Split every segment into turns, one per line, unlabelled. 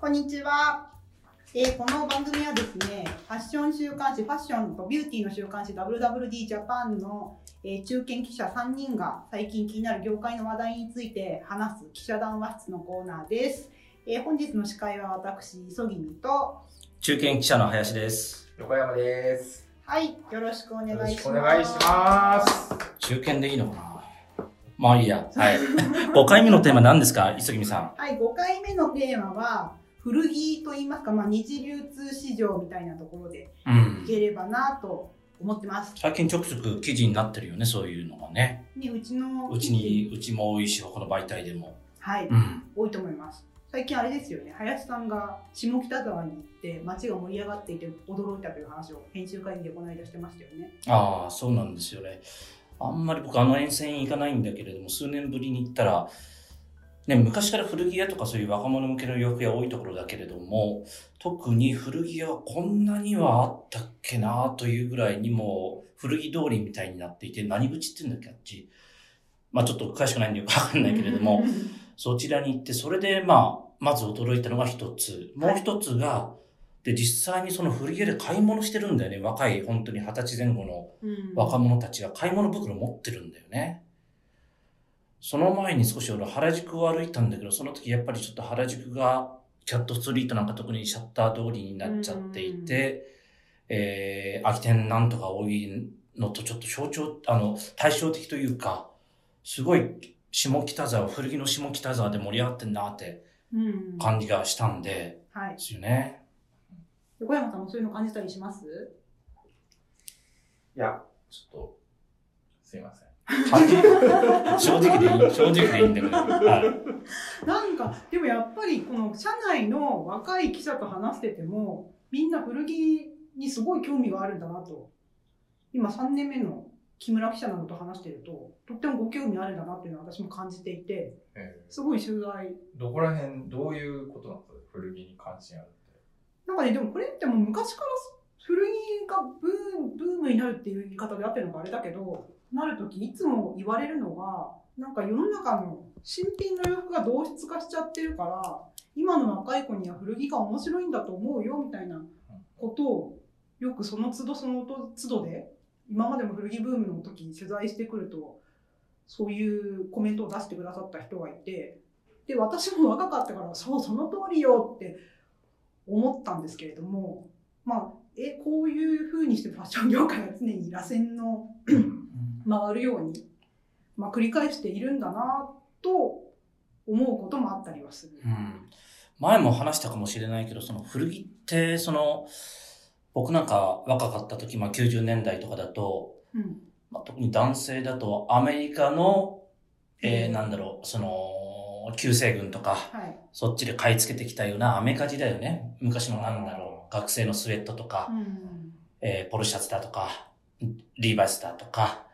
こんにちは。えーこの番組はですね、ファッション週刊誌、ファッションとビューティーの週刊誌 WWD ジャパンの、えー中堅記者3人が最近気になる業界の話題について話す記者談話室のコーナーです。えー本日の司会は私、磯君と、
中堅記者の林です。
横山です。
はい、よろしくお願いし
よ
ま
ろ
す。
しくお願いします。
中堅でいいのかなまあいいや。はい。5回 目のテーマ何ですか磯君さん。
はい、5回目のテーマは、古着といいますか、まあ、二次流通市場みたいなところで
うん
い。ければなと思ってます。
最近ちょくちょく記事になってるよね、そういうのがね。
ね、うちの。
うちに、うちも多いし、この媒体でも。
はい、
うん。
多いと思います。最近あれですよね、林さんが下北沢に行って、街が盛り上がっていて驚いたという話を編集会議でこの間してましたよね。
ああ、そうなんですよね。あんまり僕あの沿線行かないんだけれども、数年ぶりに行ったら、ね、昔から古着屋とかそういう若者向けの洋服屋多いところだけれども、特に古着屋はこんなにはあったっけなというぐらいにもう古着通りみたいになっていて、何口って言うんだっけ、あっち。まあちょっと詳しくないんでよくわかんないけれども、。そちらに行って、それでまあ、まず驚いたのが一つ。もう一つが、で、実際にその古着屋で買い物してるんだよね。若い、本当に二十歳前後の
うん、
若者たちが買い物袋持ってるんだよね。その前に少し俺原宿を歩いたんだけど、その時やっぱりちょっと原宿がキャットストリートなんか特にシャッター通りになっちゃっていて、えー、空き店なんとか多いのとちょっと象徴、あの、対照的というか、すごい下北沢、古着の下北沢で盛り上がってんなって
うん、は
感じがしたんで、
い
で。すよね。
横山さんもそういうの感じたりします
いや、ちょっと、すいません。
正直でいい、正直でいいんだけど。はい
なんか、でもやっぱりこの社内の若い記者と話してても、みんな古着にすごい興味があるんだなと。今3年目の木村記者などと話してると、とってもご興味あるんだなっていうのは私も感じていて、
え
すごい取材
ーどこら辺、どういうことなんですか古着に関心あるって。
なんかね、でもこれってもう昔から古着がブーブームになるっていう言い方であってるのかあれだけど、なるときいつも言われるのが、なんか世の中の新品の洋服が同質化しちゃってるから、今の若い子には古着が面白いんだと思うよみたいなことを、よくその都度その都度で、今までも古着ブームの時に取材してくると、そういうコメントを出してくださった人がいて、で、私も若かったから、そう、その通りよって思ったんですけれども、まあ、え、こういうふうにしてファッション業界は常に螺旋の回るように、まあ、繰り返しているんだなと思うこともあったりはする。
うん前も話したかもしれないけど、その古着って、その、僕なんか若かった時、まあ90年代とかだと、
うん。
まあ、特に男性だとアメリカの、え
う
ー、
ん
なんだろう、その、救世軍とか、
はい。
そっちで買い付けてきたようなアメカジだよね。昔のなんだろう、学生のスウェットとか
う、ん。
えーポルシャツだとか、リーバイスだとか、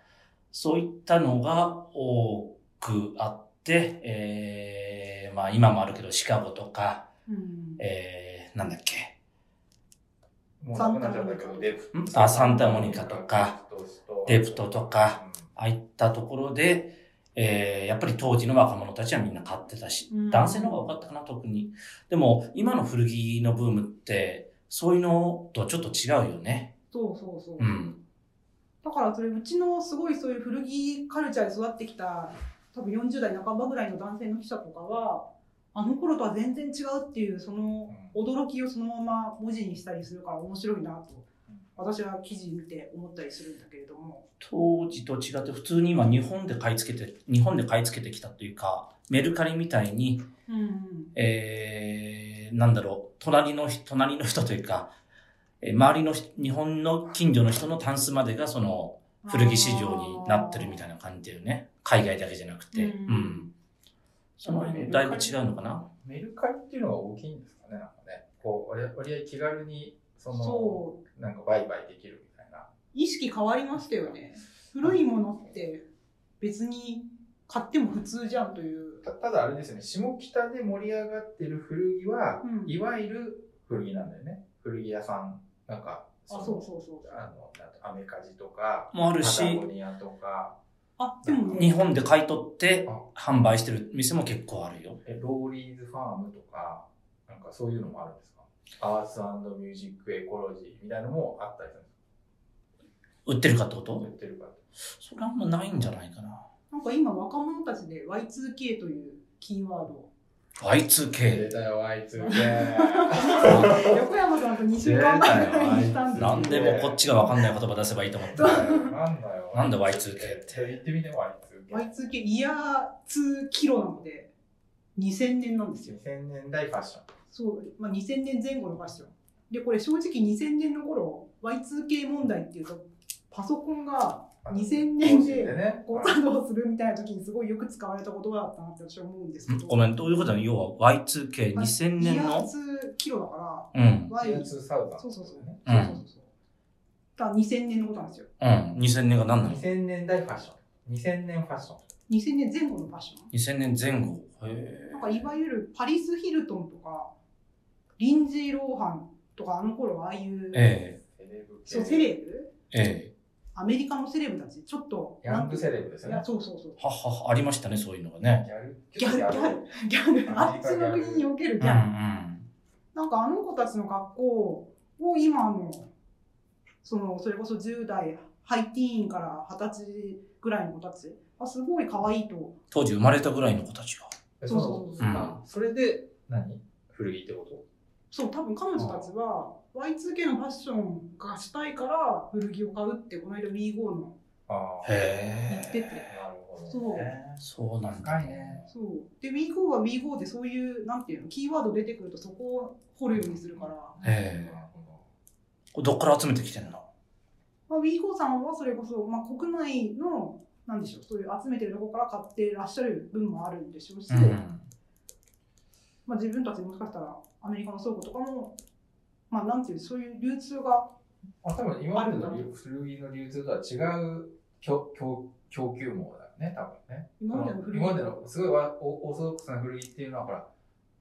そういったのが多くあって、えー、まあ今もあるけど、シカゴとか、
うん。
えー、なんだっけ。
もうなくなっちゃったけど、デ
ん
プ
あサンタモニカとか、デプトとか、ああいったところで、えーやっぱり当時の若者たちはみんな買ってたし、
うん
男性の方が多かったかな、特に。でも、今の古着のブームって、そういうのとちょっと違うよね。
そうそうそう。
うん。
だからそれ、うちのすごいそういう古着カルチャーで育ってきた、多分40代半ばぐらいの男性の記者とかは、あの頃とは全然違うっていう、その驚きをそのまま文字にしたりするから面白いなと
うん、
私は記事見て思ったりするんだけれども。
当時と違って、普通に今日本で買い付けて、日本で買い付けてきたというか、メルカリみたいに、
うんうん。
えー、なんだろう、隣の人、隣の人というか、えー周りの人日本の近所の人のタンスまでがその古着市場になってるみたい
い
な感じだよね。海外だけじゃなくて。
う
うんん。その辺だいぶ違うのかな。
メルカリっていうのが大きいんですかね、なんかね。こう、割合割合気軽に、その、
そう。
なんか売買できるみたいな。
意識変わりましたよね。古いものって別に買っても普通じゃんという。
たただあれですよね、下北で盛り上がってる古着は、
うん
いわゆる古着なんだよね。古着屋さん、なんか、
あ、そうそうそう。
あの、なんてアメカジとか、
もあ
パ
るし
タ、ゴニアとか、
あ、でもね、
日本で買い取って
あ
販売してる店も結構あるよ。
えローリーズファームとか、なんかそういうのもあるんですかアーツミュージックエコロジーみたいなのもあったりするんですか
売ってるかってこ
売
と
ってるかって
それあんまないんじゃないかな。
なんか今若者たちで Y2K というキーワードを
I2K。
出たよ Y2K
横山さんと2週間前ぐらいにしたんですけど
なんでもこっちがわかんない言葉出せばいいと思って。
なんだよ
なんで Y2K って
手言ってみて Y2K
2 k イヤー2キロなので2000年なんですよ
2000年代ファッション
そう、まあ、2000年前後のファッションでこれ正直2000年の頃 Y2K 問題っていうとパソコンが
あの
2000年
当時で
で
ね
誤作動するみたいな時にすごいよく使われた言葉だったなって私は思うんですけど
ごめん、どういうことなの要は Y2K、2000
イ
年
ヤー
の
2キロだから
うん、
Y
2サウザン
そうそうそう
ね
うん
そうそうそうそうだから2000年のことなんですよ
うん、2000年が何なの
2000年代ファッション2000年ファッション
2000年前後のファッション
?2000 年前後。へ
なんかいわゆるパリス・ヒルトンとかリンジー・ローハンとかあの頃ああいう、
え
セレブ系
そうセレブ
え、え
アメリカのセレブたちちょっと
ヤングセレブで
ブ
すよね
そうそうそう
え、ははは、ありましたね、そういうのがね。
ギャル
ギャルギャルギャル
ア
あ
メリ
っ
カ
ち
ギャ
の
ル
国における
うん
ギ
う
ャル、
ん。
なんかあの子たちの学校を今のそのそれこそ10代ハイティーンから20歳ぐらいの子たちはすごい可愛いと
当時生まれたぐらいの子たちが。
そうそうそう
うん
あそれで何古着ってこと
そう多分彼女たちは Y2K のファッションがしたいから古着を買うってこの間 WeGo の
ああ
言って
へ
て
え。
なるほどね
そう
そうなんだ。
深いね
そうで WeGo は WeGo でそういうなんていうのキーワード出てくるとそこを掘るようにするから、
ええ。
なるほど
これどっから集めてきてんの
まあ、WeGo さんはそれこそ、まあ、国内のなんでしょうそういう集めてるとこから買ってらっしゃる分もあるんでしょうし、
うん。
まあ、自分たちもしかしたらアメリカの倉庫とかも、まあ、なんていうそういう流通が
まあ、多分今までの流古着の流通とは違う供供供給網だよね、多分ね。
今までの古着
今までのすごいわオオーソドックスな古着っていうのは、ほら、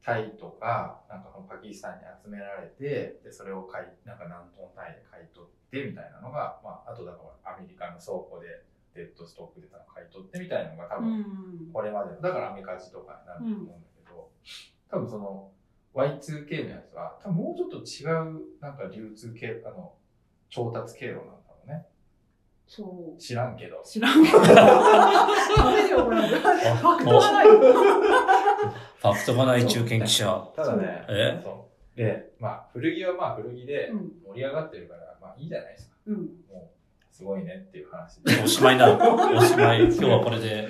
タイとか、なんかこのパキスタンに集められて、でそれを買い、なんか何トン単位で買い取ってみたいなのが、まあ、あとだからアメリカの倉庫でデッドストックで買い取ってみたいなのが多
う
分
ん
これまでの、だからアメカジとかになると思うんだけど、多分その Y2K のやつは、多分もうちょっと違うなんか流通系、あの、調達経路なんだろうね。
そう
知らんけど。
知らんけど ダメだよこれファクトがない
ファクトがない中堅記者。
ただね、
え
そう。で、まあ、古着はまあ古着で
うん
盛り上がってるから、まあいいじゃないですか。
うん
もう、すごいねっていう 話で。
おしまいだ。おしまい。今日はこれで。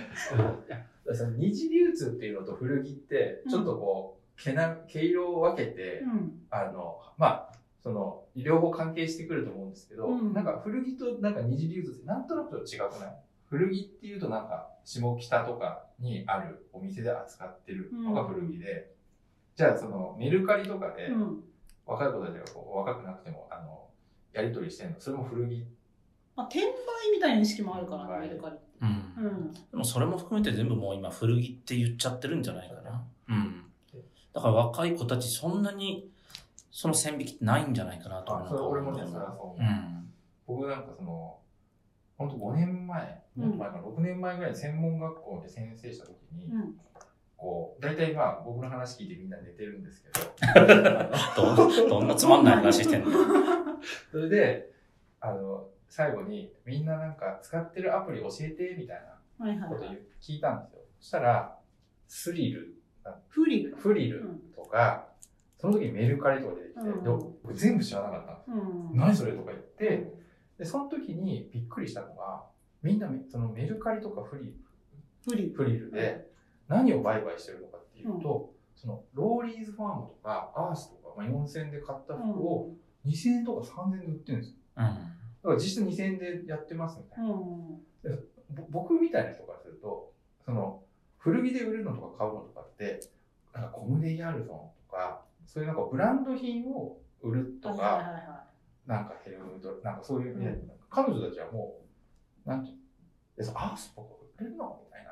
いやその二次流通っていうのと古着って、ちょっとこう、毛な毛色を分けて、
うん
あの、まあ、その、両方関係してくると思うんですけど、
うん
なんか古着となんか二次流通ってなんとなくと違くない古着っていうとなんか下北とかにあるお店で扱ってるのが古着で、じゃあそのメルカリとかで
うん
若い子たちがこう若くなくても、あの、やり取りしてるの、それも古着。
まあ、転売みたいな意識もあるからねメルカリって
う。
うんん
でもそれも含めて全部もう今古着って言っちゃってるんじゃないかな。うん。だから若い子たちそんなにその線引きってないんじゃないかなと
あ
思、う。
それ俺もね、それはそう思う。
うん。
僕なんかその、ほんと5年前、
うん
前から6年前ぐらいに専門学校で先生した時に、
うん
こう、大体まあ僕の話聞いてみんな寝てるんですけ ど、
どんな、 どんなつまんない話してんの
それで、あの、最後に、みんななんか使ってるアプリ教えて、みたい
はいは
なこと
い
言う聞いたんですよ。そしたら、スリル、
フリル
フリルとか、その時にメルカリとか出てきて、
うん
で僕全部知らなかったんですよ。
うん
何それとか言って、で、その時にびっくりしたのが、みんなめそのメルカリとかフリ
フリル
フリルで何を売買してるのかっていうと、そのローリーズファームとかアースとか、まあ、4000円で買った服を2000円とか3000円で売ってるんですよ。
うん。
だから実質2000円でやってますみたいな。
うん
ぼ僕みたいな人からするとその古着で売るのとか買うのとかってなんかコムデ・ヤルソンとかそういうなんかブランド品を売ると
はい
か、
はいはいはい
なんかヘルムとなんかそういう、ね彼女たちはもうなんていうのえそうアースとか売れるのみたい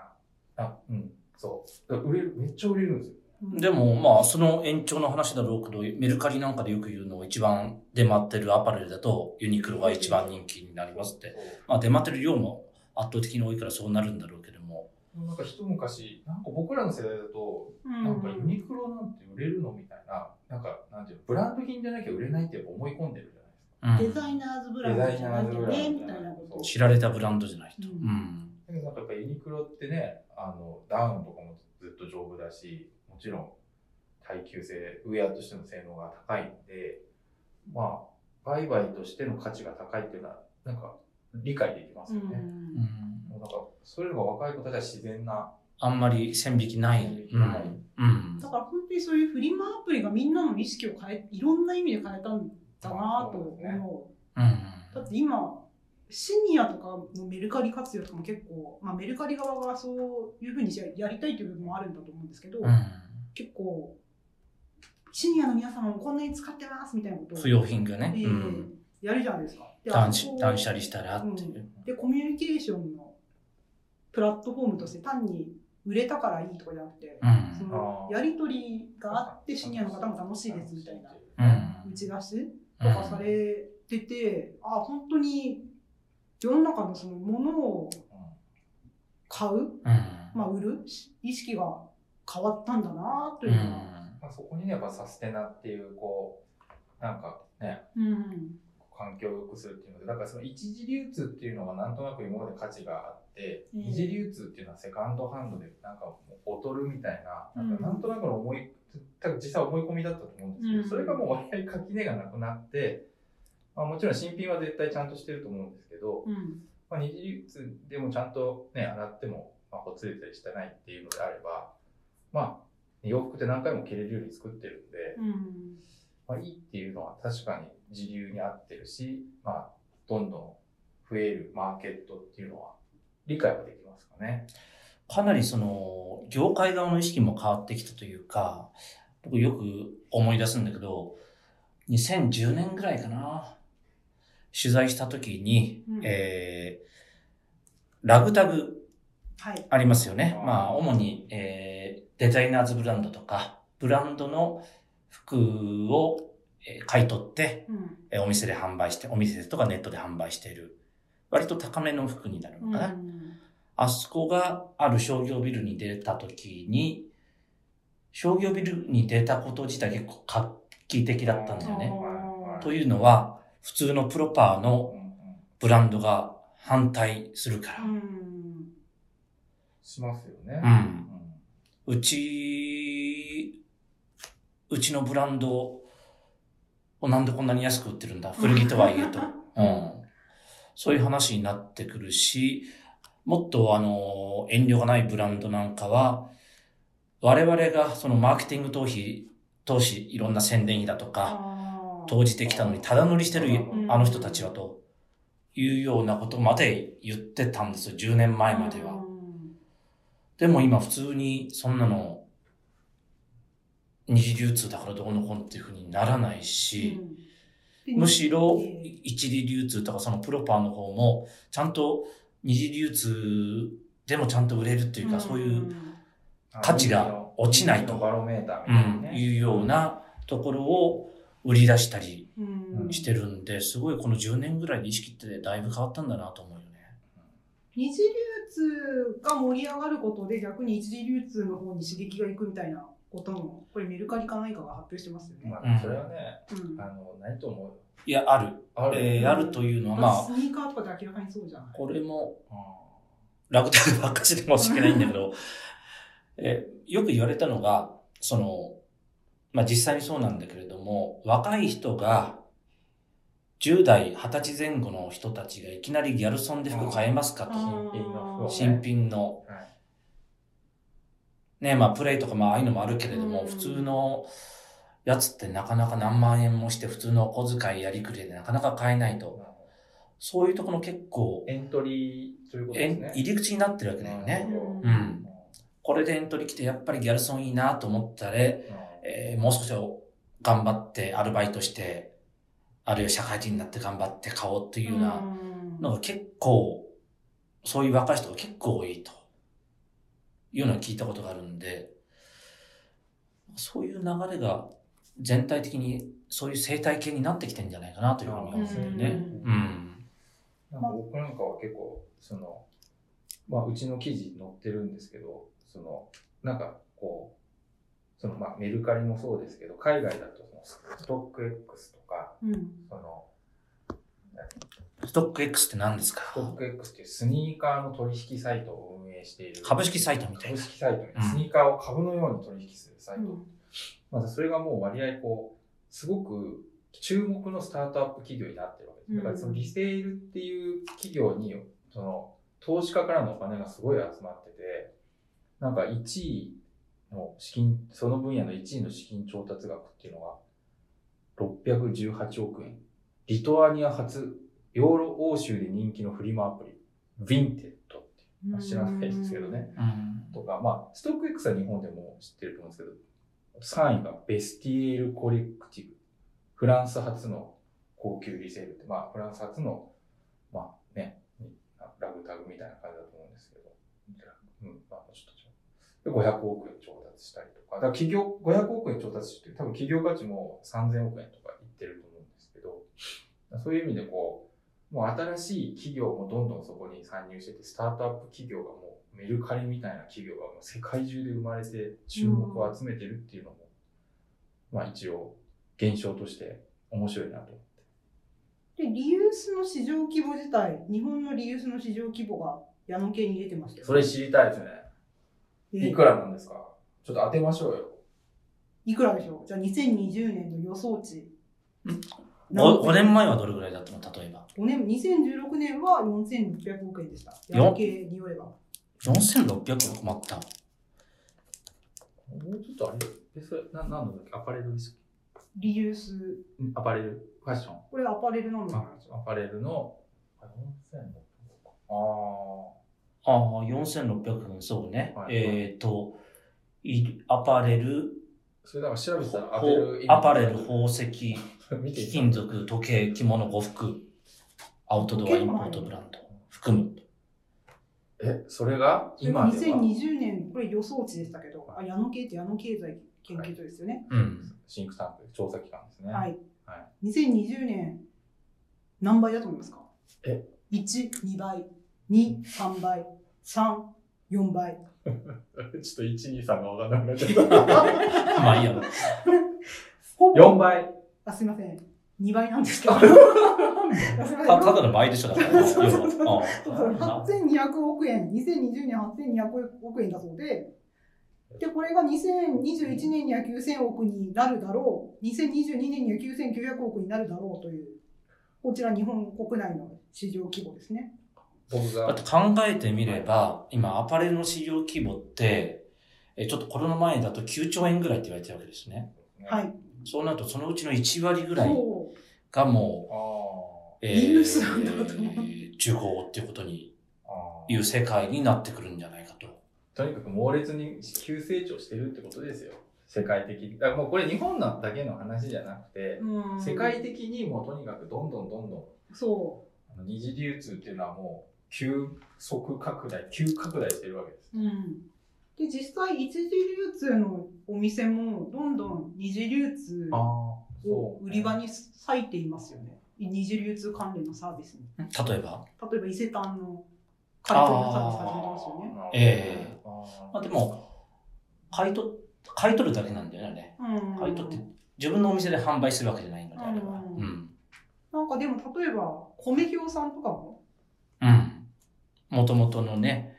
なあうんそうだから売れるめっちゃ売れるんですよ
でも、まあ、その延長の話だろうけど、メルカリなんかでよく言うのを一番出回ってるアパレルだと、ユニクロが一番人気になりますって。まあ、出回ってる量も圧倒的に多いからそうなるんだろうけども、
なんか一昔、なんか僕らの世代だと、
うん
なんかユニクロなんて売れるのみたいな、なんか、なんていうのブランド品じゃなきゃ売れないってやっぱ思い込んでるじゃないですか。
うん
デザイナーズブランドじゃなきゃねみ
デザイナーズブランド
たいなこと
知られたブランドじゃないと。
う
うんん。
だけどなんかやっぱユニクロってね、あの、ダウンとかもずっと丈夫だし、もちろん耐久性、ウェアとしての性能が高いんで、まあ、売買としての価値が高いっていうのは、なんか理解できますよ
う
ね。
うんん
もうなんか、そういうのが若い子たちは自然な、
あんまり線引きない。う
はい
ん。うん
だ。から本当にそういうフリマアプリがみんなの意識を変えいろんな意味で変えたんだなと
そうですね
思う
うん。
だって今シニアとかのメルカリ活用とかも結構、まあ、メルカリ側がそういうふうにじゃやりたいという部分もあるんだと思うんですけど、
うん
結構シニアの皆様もこんなに使ってますみたいなことを
不用品がね。
ええ
うん。
やるじゃないですか。で
断
あそ
捨
こを
断捨離したらっていう。
でコミュニケーションのプラットフォームとして単に売れたからいいとかじゃなくて、
う
そ
ん。
の
あー
やり取りがあってシニアの方も楽しいですみたいな
う
打
ん。
ち出しとかされてて、あ本当に世の中のそのものを買う、
うん。
まあ、売る意識が変わったんだなと
う
い
ん
うのは、
まあ、そこにね、やっぱサステナっていう、こう、なんかね、
うん
環境を良くするっていうので、だからその一次流通っていうのはなんとなく今まで価値があって、
うん
二次流通っていうのはセカンドハンドでなんかもう劣るみたいな、
うん
なんかなんとなくの思い、多分実際思い込みだったと思うんですけど、
うん
それがもう割合垣根がなくなって、まあ、もちろん新品は絶対ちゃんとしてると思うんですけど、
うん
まあ、二次流通でもちゃんとね、洗っても、まあ、ほつれたりしてないっていうのであれば、まあ、洋服って何回も着れるように作ってるんで、
うん
まあ、いいっていうのは確かに時流に合ってるし、まあ、どんどん増えるマーケットっていうのは理解はできますかね。
かなりその、業界側の意識も変わってきたというか、僕よく思い出すんだけど、2010年ぐらいかな。取材した時に、
うん
えー、ラグタグ
はい、
ありますよね
あ。ー
まあ、主に、えーデザイナーズブランドとか、ブランドの服をえー買い取って、
うん
えーお店で販売して、お店とかネットで販売している。割と高めの服になるのかな。
うん
あそこがある商業ビルに出た時に、商業ビルに出たこと自体結構画期的だったんだよね。
あー
というのは、普通のプロパー
うん
の
うん、
ブランドが反対するから
う。ん
しますよね。
うんうち、うちのブランドをなんでこんなに安く売ってるんだ古着とはいえと。うん。そういう話になってくるし、もっとあの、遠慮がないブランドなんかは、我々がそのマーケティング投資、投資いろんな宣伝費だとか、
あー
投じてきたのにただ乗りしてる
うん
あの人たちはというようなことまで言ってたんですよ。10年前までは
う。ん
でも今普通にそんなの二次流通だからどうのこうのっていうふうにならないし、
うん
むしろ
ええ
一次流通とかそのプロパーの方もちゃんと二次流通でもちゃんと売れるっていうか、そういう、価値が落ちないと
バロメーターみ
う、
たいなんね。
いうようなところを売り出したり
うん
してるんで、すごいこの10年ぐらいで意識ってだいぶ変わったんだなと思うよね。
二次流通が盛り上がることで逆に一次流通の方に刺激がいくみたいなこともこれメルカリか何かが発表してますよね。
ま
うん
あ、それはね、
うん
あの、ないと思うよ。
いや、ある。
あ
えーあるというのは、ま
ま
あ
ず、スニーカーとかって明らかにそうじゃない
これも
う
楽天ばっかしで申し訳ないんだけど、えよく言われたのが、その、まあ、実際にそうなんだけれども、若い人が、10代、20歳前後の人たちがいきなりギャルソンで服買えますか
う
と。
ん品の
あ
服を
ー
ね
新品の。
はい
ね、まあ、プレイとかまあ、ああいうのもあるけれども、
うん
普通のやつってなかなか何万円もして、普通のお小遣いやりくりでなかなか買えないと。そういうところの結構、
エントリーということ
え
です
ん
ね。
入り口になってるわけだよね。
う
うんん。これでエントリー来て、やっぱりギャルソンいいなと思ったら、えーもう少し頑張って、アルバイトして、あるいは社会人になって頑張って買おうっていうようなのが結構、そういう若い人が結構多いというのを聞いたことがあるんで、そういう流れが全体的にそういう生態系になってきてんじゃないかなというふうに思うんだよね。
う
うん。
なんか僕なんかは結構そのまあ、うちの記事載ってるんですけど、その、なんかこう、そのまあ、メルカリもそうですけど、海外だとそのストック X とか、
うん。
その、
ストック X って何ですか
ストック X っていうスニーカーの取引サイトを運営している。
株式サイトみたいな
株式サイトみたいな
うん
スニーカーを株のように取引するサイ
う
ト。
ん
まあ、それがもう割合こう、すごく注目のスタートアップ企業になってるわけです。だからそのリセールっていう企業に、その投資家からのお金がすごい集まってて、なんか1位の資金、その分野の1位の資金調達額っていうのが618億円。リトアニア初、ヨーロ欧州で人気のフリマアプリ、ヴィンテッドっていう、まあ知らないですけどね。。
うん
とか、まあ、ストック X は日本でも知ってると思うんですけど、3位がベスティエールコレクティブ。フランス初の高級リセールって、まあ、フランス初の、まあね、ラグタグみたいな感じだと思うんですけど、うん、まあ、ちょっと違う。で、500億円調達したりとか、だから企業、500億円調達して、多分企業価値も3000億円とかいってると思うんですけど、そういう意味でこう、もう新しい企業もどんどんそこに参入してて、スタートアップ企業がもうメルカリみたいな企業がもう世界中で生まれて注目を集めてるっていうのも、まあ一応現象として面白いなと思って。
で、リユースの市場規模自体、日本のリユースの市場規模が矢野系に出てましたよ
それ知りたいですね。
え
いくらなんですかちょっと当てましょうよ。
いくらでしょうじゃあ2020年の予想値。
5, 年前はどれぐらいだったの例えば。
5年、2016年は4600億円でした。
よ
矢野系によれば。
4600は困った。
もうちょっとあれえ、それ、な、何のだっけアパレルです
リユース、
アパレル。ファッション。
これアパレルなのかな
アパレルの。あ、あ
ああ、4600分、そうね。
はい
えっ、と、いアパレル、
それだから調べてたらアパレ
ほ
ル。
アパレル、宝石、
見て
貴金属、時計、着物、呉服、アウトドア、インポートブランド、含む。
え、それが
それが
今では
2020年、これ予想値でしたけど、あ矢野系って矢野経済研究所ですよね。
うん。
シンクタンク、調査機関ですね。
はい。
は
2020年、何倍だと思いますか
え
?1、2倍、2、3倍、3、4倍。
ちょっと1、2、3が分からなくなっちゃった。
まあいい や。
ほぼ
4倍。
あ、すいません。2倍なんですけど。あ すいません。
たただの倍でしょ、だから。要
そうそうそう
は
そうそう
ああ
8200億円、2020年8200億円だそうで、で、これが2021年には9000億になるだろう、2022年には9900億になるだろうという、こちら日本国内の市場規模ですね。
僕
だ
が
って。考えてみれば、今、アパレルの市場規模って、えちょっとコロナ前だと9兆円ぐらいって言われてるわけですね。
はい。
そうなると、そのうちの1割ぐらい
そ
がもう、
あ
え
リユースなんだと思う
重工ってい うことに、
ーあー。
いう世界になってくるんじゃないかと。
とにかく猛烈に急成長してるってことですよ。世界的に。だからもうこれ日本だけの話じゃなくて、
う。うん
世界的にもうとにかくどんどんどんどん
そ
あの二次流通っていうのはもう急速拡大、急拡大してるわけです。
う。うん。で、実際、一次流通のお店も、どんどん二次流通
ああ、
を売り場
に。
に割いていますよね。二次流通関連のサービスに。
例えば、
例えば伊勢丹の買い取りのサービス始めますよね。
ええ
え。
まあでも、買い取っ、買い取るだけなんだよね。
うん
買い取って、自分のお店で販売するわけじゃないのであれば。う
うん
ん。
なんかでも例えば米表さんとかも
うん。もともとのね、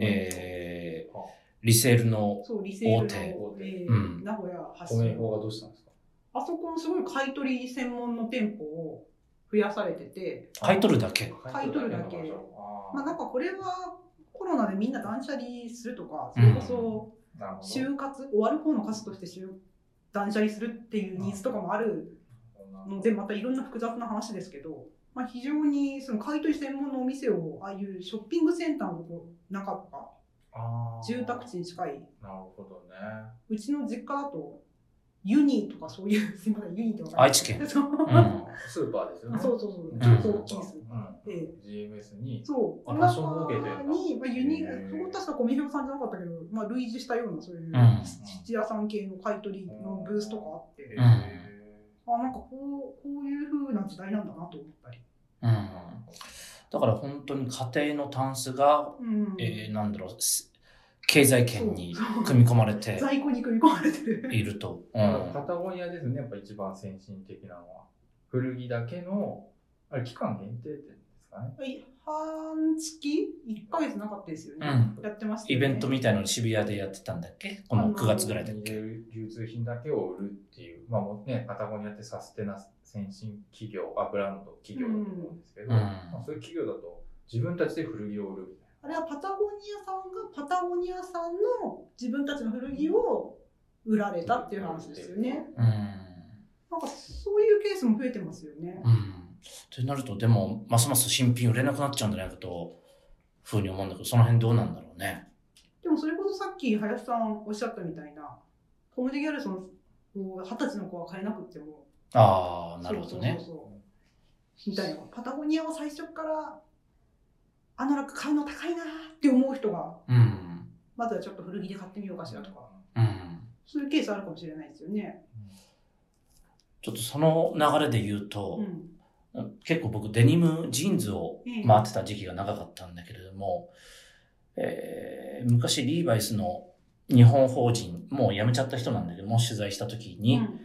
えー、リセールの、
そうリセール
大手
の、えー
うん
名古屋発
コメン
信
トがどうしたんですか
あそこもすごい買い取り専門の店舗を増やされてて、
買い取るだけ。
買い取るだけ
ま
まあ、なんかこれはコロナでみんな断捨離するとかそれこそ
なるほど
就活、終わる方の数として就断捨離するっていうニーズとかもあるのでまたいろんな複雑な話ですけど、まあ、非常にその買い取り専門のお店をああいうショッピングセンターの中とか
あー
住宅地に近い
なるほどね。
うちの実家だとユニとかそういうすみませんユニってわかり
愛
ます
知県。
そう
う
あ
ん。
スーパーですよね。
そうそうそう
うん
ちょっと大きいです、
うん
え
GMS に。
そう
あ
この
多少儲けてんだ
中に、まあ、ユニ
へー
そこ確か米広さんじゃなかったけど、まあ、類似したようなそういう
うん
質屋さん系の買い取りのブースとかあって、
へ
ん
ー
あなんかこうこういう風な時代なんだなと思ったり。
うん。だから本当に家庭のタンスが、
うん
えー、なんだろう、す経済圏に
そうそう
組み込まれて
在庫に組み込まれてる。
いると。う
あのパ
ん。
タゴニアですね、やっぱ一番先進的なのは。古着だけの、あれ、期間限定って言うんですかね。
半月 ?1 ヶ月なかったですよね。
うん
やってました
イ
よね。
ベントみたいのを渋谷でやってたんだっけこの9月ぐらいだっけ
流流通品だけを売るっていう、まあもうね、パタゴニアってサステナ先進企業、あ、ブランド企業だと思うんですけど、
うん
まあそういう企業だと自分たちで古着を売るみたい
あれはパタゴニアさんがパタゴニアさんの自分たちの古着を売られたっていう話ですよね。
うん。
なんかそういうケースも増えてますよね。
うん。ってなると、でも、ますます新品売れなくなっちゃうんじゃないかと、ふうに思うんだけど、その辺どうなんだろうね。
でもそれこそさっき林さんおっしゃったみたいな、コムデ・ギャルソンを二十歳の子は買えなくっても、
ああ、なるほどね
そう。そうそうそうみたいな。パタゴニアは最初から、あの楽買うの高いなって思う人が、
うん。
まずはちょっと古着で買ってみようかしら
な。
とか、
うん。
そういうケースあるかもしれないですよね。
ちょっとその流れで言うと
う、ん。
結構僕デニム、ジーンズを
ええ
回ってた時期が長かったんだけれども、えー昔リーバイスの日本法人、もう辞めちゃった人なんだけども、取材した時
う
に、
ん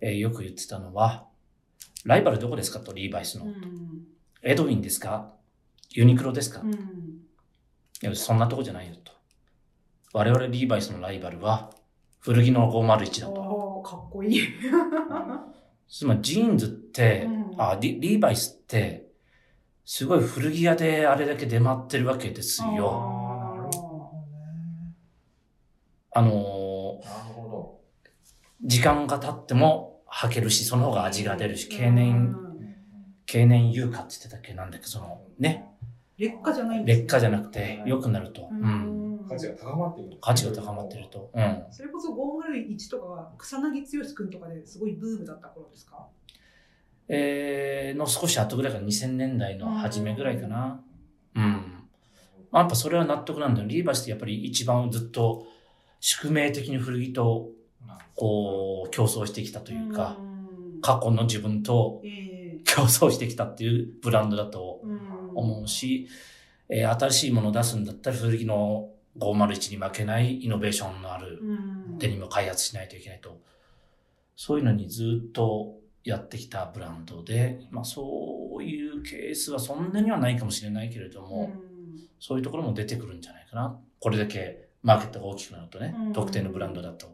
えーよく言ってたのは、ライバルどこですかと、リーバイスの。
うん。
エドウィンですかユニクロですか、
う
い
ん。
や、そんなとこじゃないよと。我々リーバイスのライバルは、古着の501だと。
おーかっこいい。
つまりジーンズって、
うん
あリ、リーバイスって、すごい古着屋であれだけ出回ってるわけですよ。
あー
なるほどね。
あのー
なるほど。
時間が経っても履けるし、その方が味が出るし、経
うん
年、。経年優化って言ってたっけなんだっけその、ね、
劣化じゃないんです
劣
ね
化じゃなくて良くなると。
う
うん。
ん
価値が高まってくる。
価値が高まってると。うん。
それこそ501とかは草薙剛君とかですごいブームだった頃ですか
えーの少し後ぐらいから2000年代の初めぐらいかな。うん。まあ、やっぱそれは納得なんだよ。リーバイスってやっぱり一番ずっと宿命的に古着とこう競争してきたというか、
ん
過去の自分と
ええ
競争してきたっていうブランドだと
うん
思うし、えー新しいものを出すんだったら古着の501に負けないイノベーションのある
うん
デニムを開発しないといけないと。そういうのにずっとやってきたブランドで、まあそういうケースはそんなにはないかもしれないけれども、
うん
そういうところも出てくるんじゃないかな。これだけマーケットが大きくなるとね、
うん
特定のブランドだと。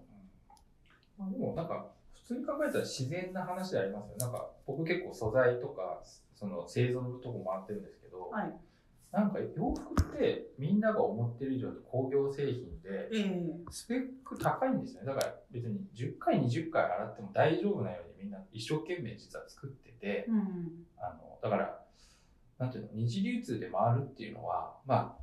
まあ、でもなんか普通に考えたら自然な話でありますよ。なんか僕結構素材とかその製造のとこ回ってるんですけど、
はい
なんか洋服ってみんなが思ってる以上に工業製品で
ええ
スペック高いんですよね。だから別に10回20回洗っても大丈夫なようにみんな一生懸命実は作ってて、
うん
あのだからなんていうの二次流通で回るっていうのはまあ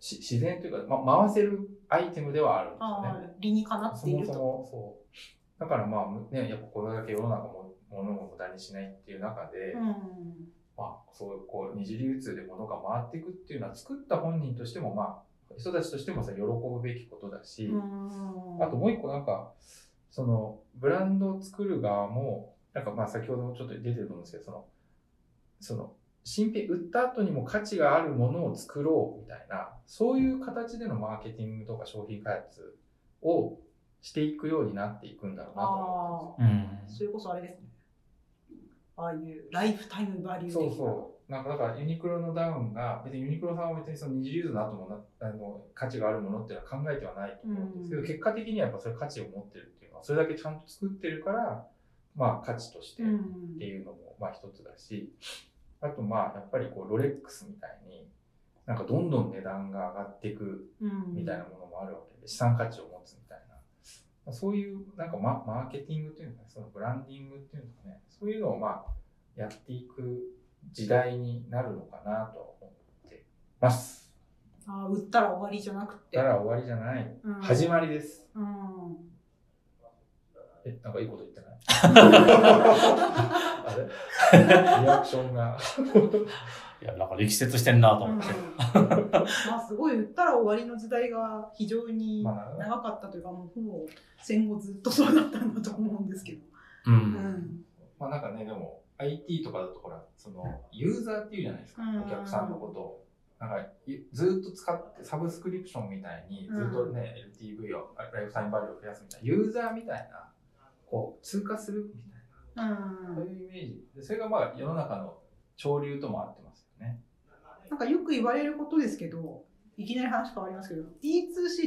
し自然というか、まあ、回せるアイテムではあるんですよね
あ。あ理にかなっ
そ
てい
も
る
そ
と
もそう。だからまあね、やっぱこれだけ世の中も物を無駄にしないっていう中で、
うん
まあそういうこう二次流通で物が回っていくっていうのは作った本人としてもまあ人たちとしてもさ喜ぶべきことだし、
うん
あともう一個なんかそのブランドを作る側もなんかまあ先ほどもちょっと出てると思うんですけどそのその新品売った後にも価値があるものを作ろうみたいなそういう形でのマーケティングとか商品開発をしていくようになっていくんだろうなと思ったんですよ。
それ
うん。
こそあれですねああいうライフタイムバリュー
そう
的な
そう。なんかだからユニクロのダウンが、別にユニクロさんは別にその二次流通の後もなあの価値があるものっていうのは考えてはないと思うんですけど、
うん
結果的にはやっぱそれ価値を持ってるっていうのは、それだけちゃんと作ってるから、まあ価値としてっ
うん
ていうのもまあ一つだし、あとまあやっぱりこうロレックスみたいに、なんかどんどん値段が上がっていく
うん
みたいなものもあるわけで、資産価値を持つみたいな。まあそういうなんかママーケティングっていうのかね、そのブランディングっていうのかね、そういうのをまあやっていく時代になるのかなとは思ってます。
ああ売ったら終わりじゃなくて
だから終わりじゃない。
うん
始まりです。
うん
え、なんかいいこと言って ないあれリアクションが。
いや、なんか力説してんなと
うん
思
ま
って。
あすごい言ったら終わりの時代が非常に
まあ
長かったというかもうほぼ戦後ずっとそうだったんだと思うんですけど、
う。
うんん
まあなんかね、でも、 IT とかだとほら、その、ユーザーっていうじゃないですか、
うん
お客さんのことを。なんか、ゆずっと使って、サブスクリプションみたいに、ずっとね、LTV を、あライフサインバリューを増やすみたいな、ユーザーみたいな、こう、通過するみたいな、そういうイメージ。でそれがまあ、世の中の潮流とも合ってますよね。
なんかよく言われることですけど、いきなり話変わりますけど、D2C っ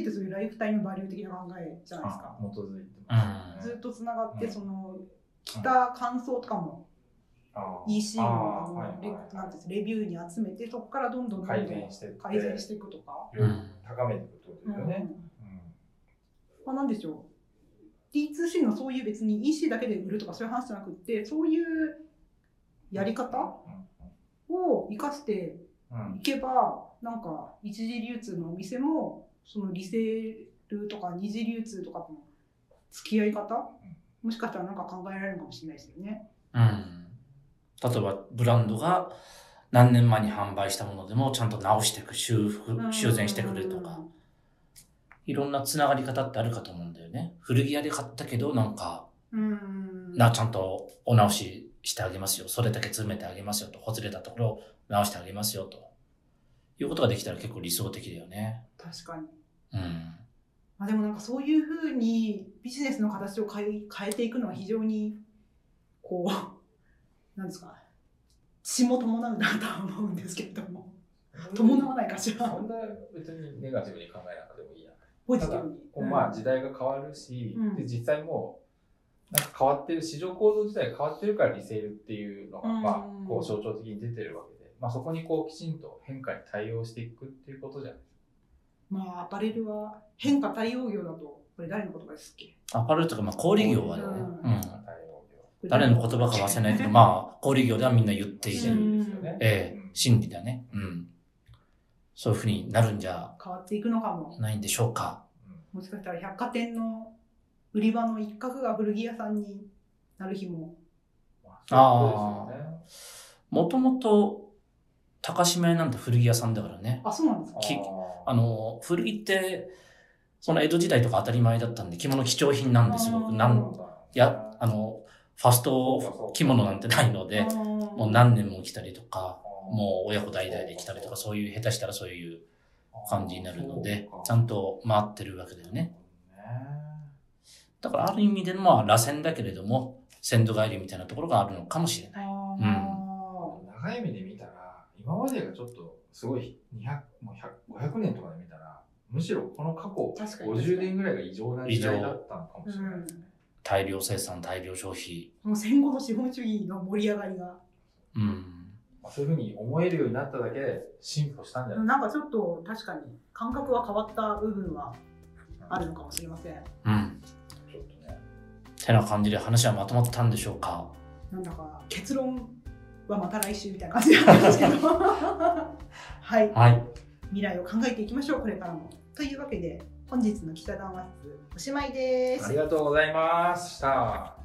てそういうライフタイムバリュー的な考えじゃないですか。
基づいてますよ
ず
ね。
っとつながっ
う
て、
ん
その、来た感想とかも
あー
EC の
あ
あ
ー
の
はいはい
レ
はい
なんていうんですレビューに集めて、そこからどんどんどんどん
改善してって
改善していくとか。
より高めていくってことですよね。
うん
うん
まあ、なんでしょう。D2C のそういう別に EC だけで売るとかそういう話じゃなくって、そういうやり方を活かして
うんうん
行けばなんか一次流通のお店もそのリセールとか二次流通とかとの付き合い方もしかしたらなんか考えられるかもしれないですよね。
うん。例えば、ブランドが何年前に販売したものでもちゃんと直していく、修復、修繕してくれるとか、いろんなつながり方ってあるかと思うんだよね。古着屋で買ったけど、なんか、
うん。うん。
な、ちゃんとお直ししてあげますよ。それだけ詰めてあげますよと。ほつれたところを直してあげますよと。いうことができたら結構理想的だよね。
確かに。
うん。
まあでもなんかそういうふうにビジネスの形を変え変えていくのは非常にこう なんですか血も伴うなとは思うんですけれども伴わないかしら
そんな別にネガティブに考えなくてもいいや。
ポジティブに。
こうまあ時代が変わるし、
うん
で実際もうなんか変わってる市場構造自体が変わってるからリセールっていうのが、
うん
まあ、こう象徴的に出てるわけで、まあ、そこにこうきちんと変化に対応していくっていうことじゃない
うんまあアパレルは変化対応業だとこれ誰の言葉ですっけ
アパレルとか、まあ、小売業はね、
うん
うん。
ですか対応
これ
誰の言葉か忘れ ないけど、まあ、小売業ではみんな言ってい
業
う
る。
ん
ですよね。
ええ
うん
真理だね。うん。そういうふうになるんじゃ
変わっていくのかも。
ないんでしょうか。
もしかしたら百貨店の売り場の一角が古着屋さんになる日も。
まあそういうことです
もともと、高島屋なんて古着屋さんだからね。
あ、そうなんですか。
き
よね。
あの、古着って、その江戸時代とか当たり前だったんで、着物貴重品なんですよ
あ。ー
なん、いや、あ
の
の、ファスト着物なんてないので、も
も
う何年も着たりとか、もう親子代々で着たりとか、そういう、下手したらそういう感じになるので、ちゃんと回ってるわけだよね。。だからある意味で、まあ、螺旋だけれども、鮮度帰りみたいなところがあるのかもしれない。
あ
うん
ー
長い目で見たら今までがちょっとすごい200もう100 500年とかで見たらむしろこの過去
確かに確
50
かに
年ぐらいが異常な時代だったのかもしれないですね。
大量生産、大量消費。
もう戦後の資本主義の盛り上がりが。
うん。
まあ、そういうふうに思えるようになっただけで進歩したんじゃない
なんかちょっと確かに感覚は変わった部分はあるのかもしれません。
うん。
ちょっとね。
てな感じで話はまとまったんでしょうか。
なんだか結論はまた来週みたいな感じなんですけど。 はい。
はい。
未来を考えていきましょう、これからも。というわけで、本日の北談話室、おしまいです
あり。がとうございました。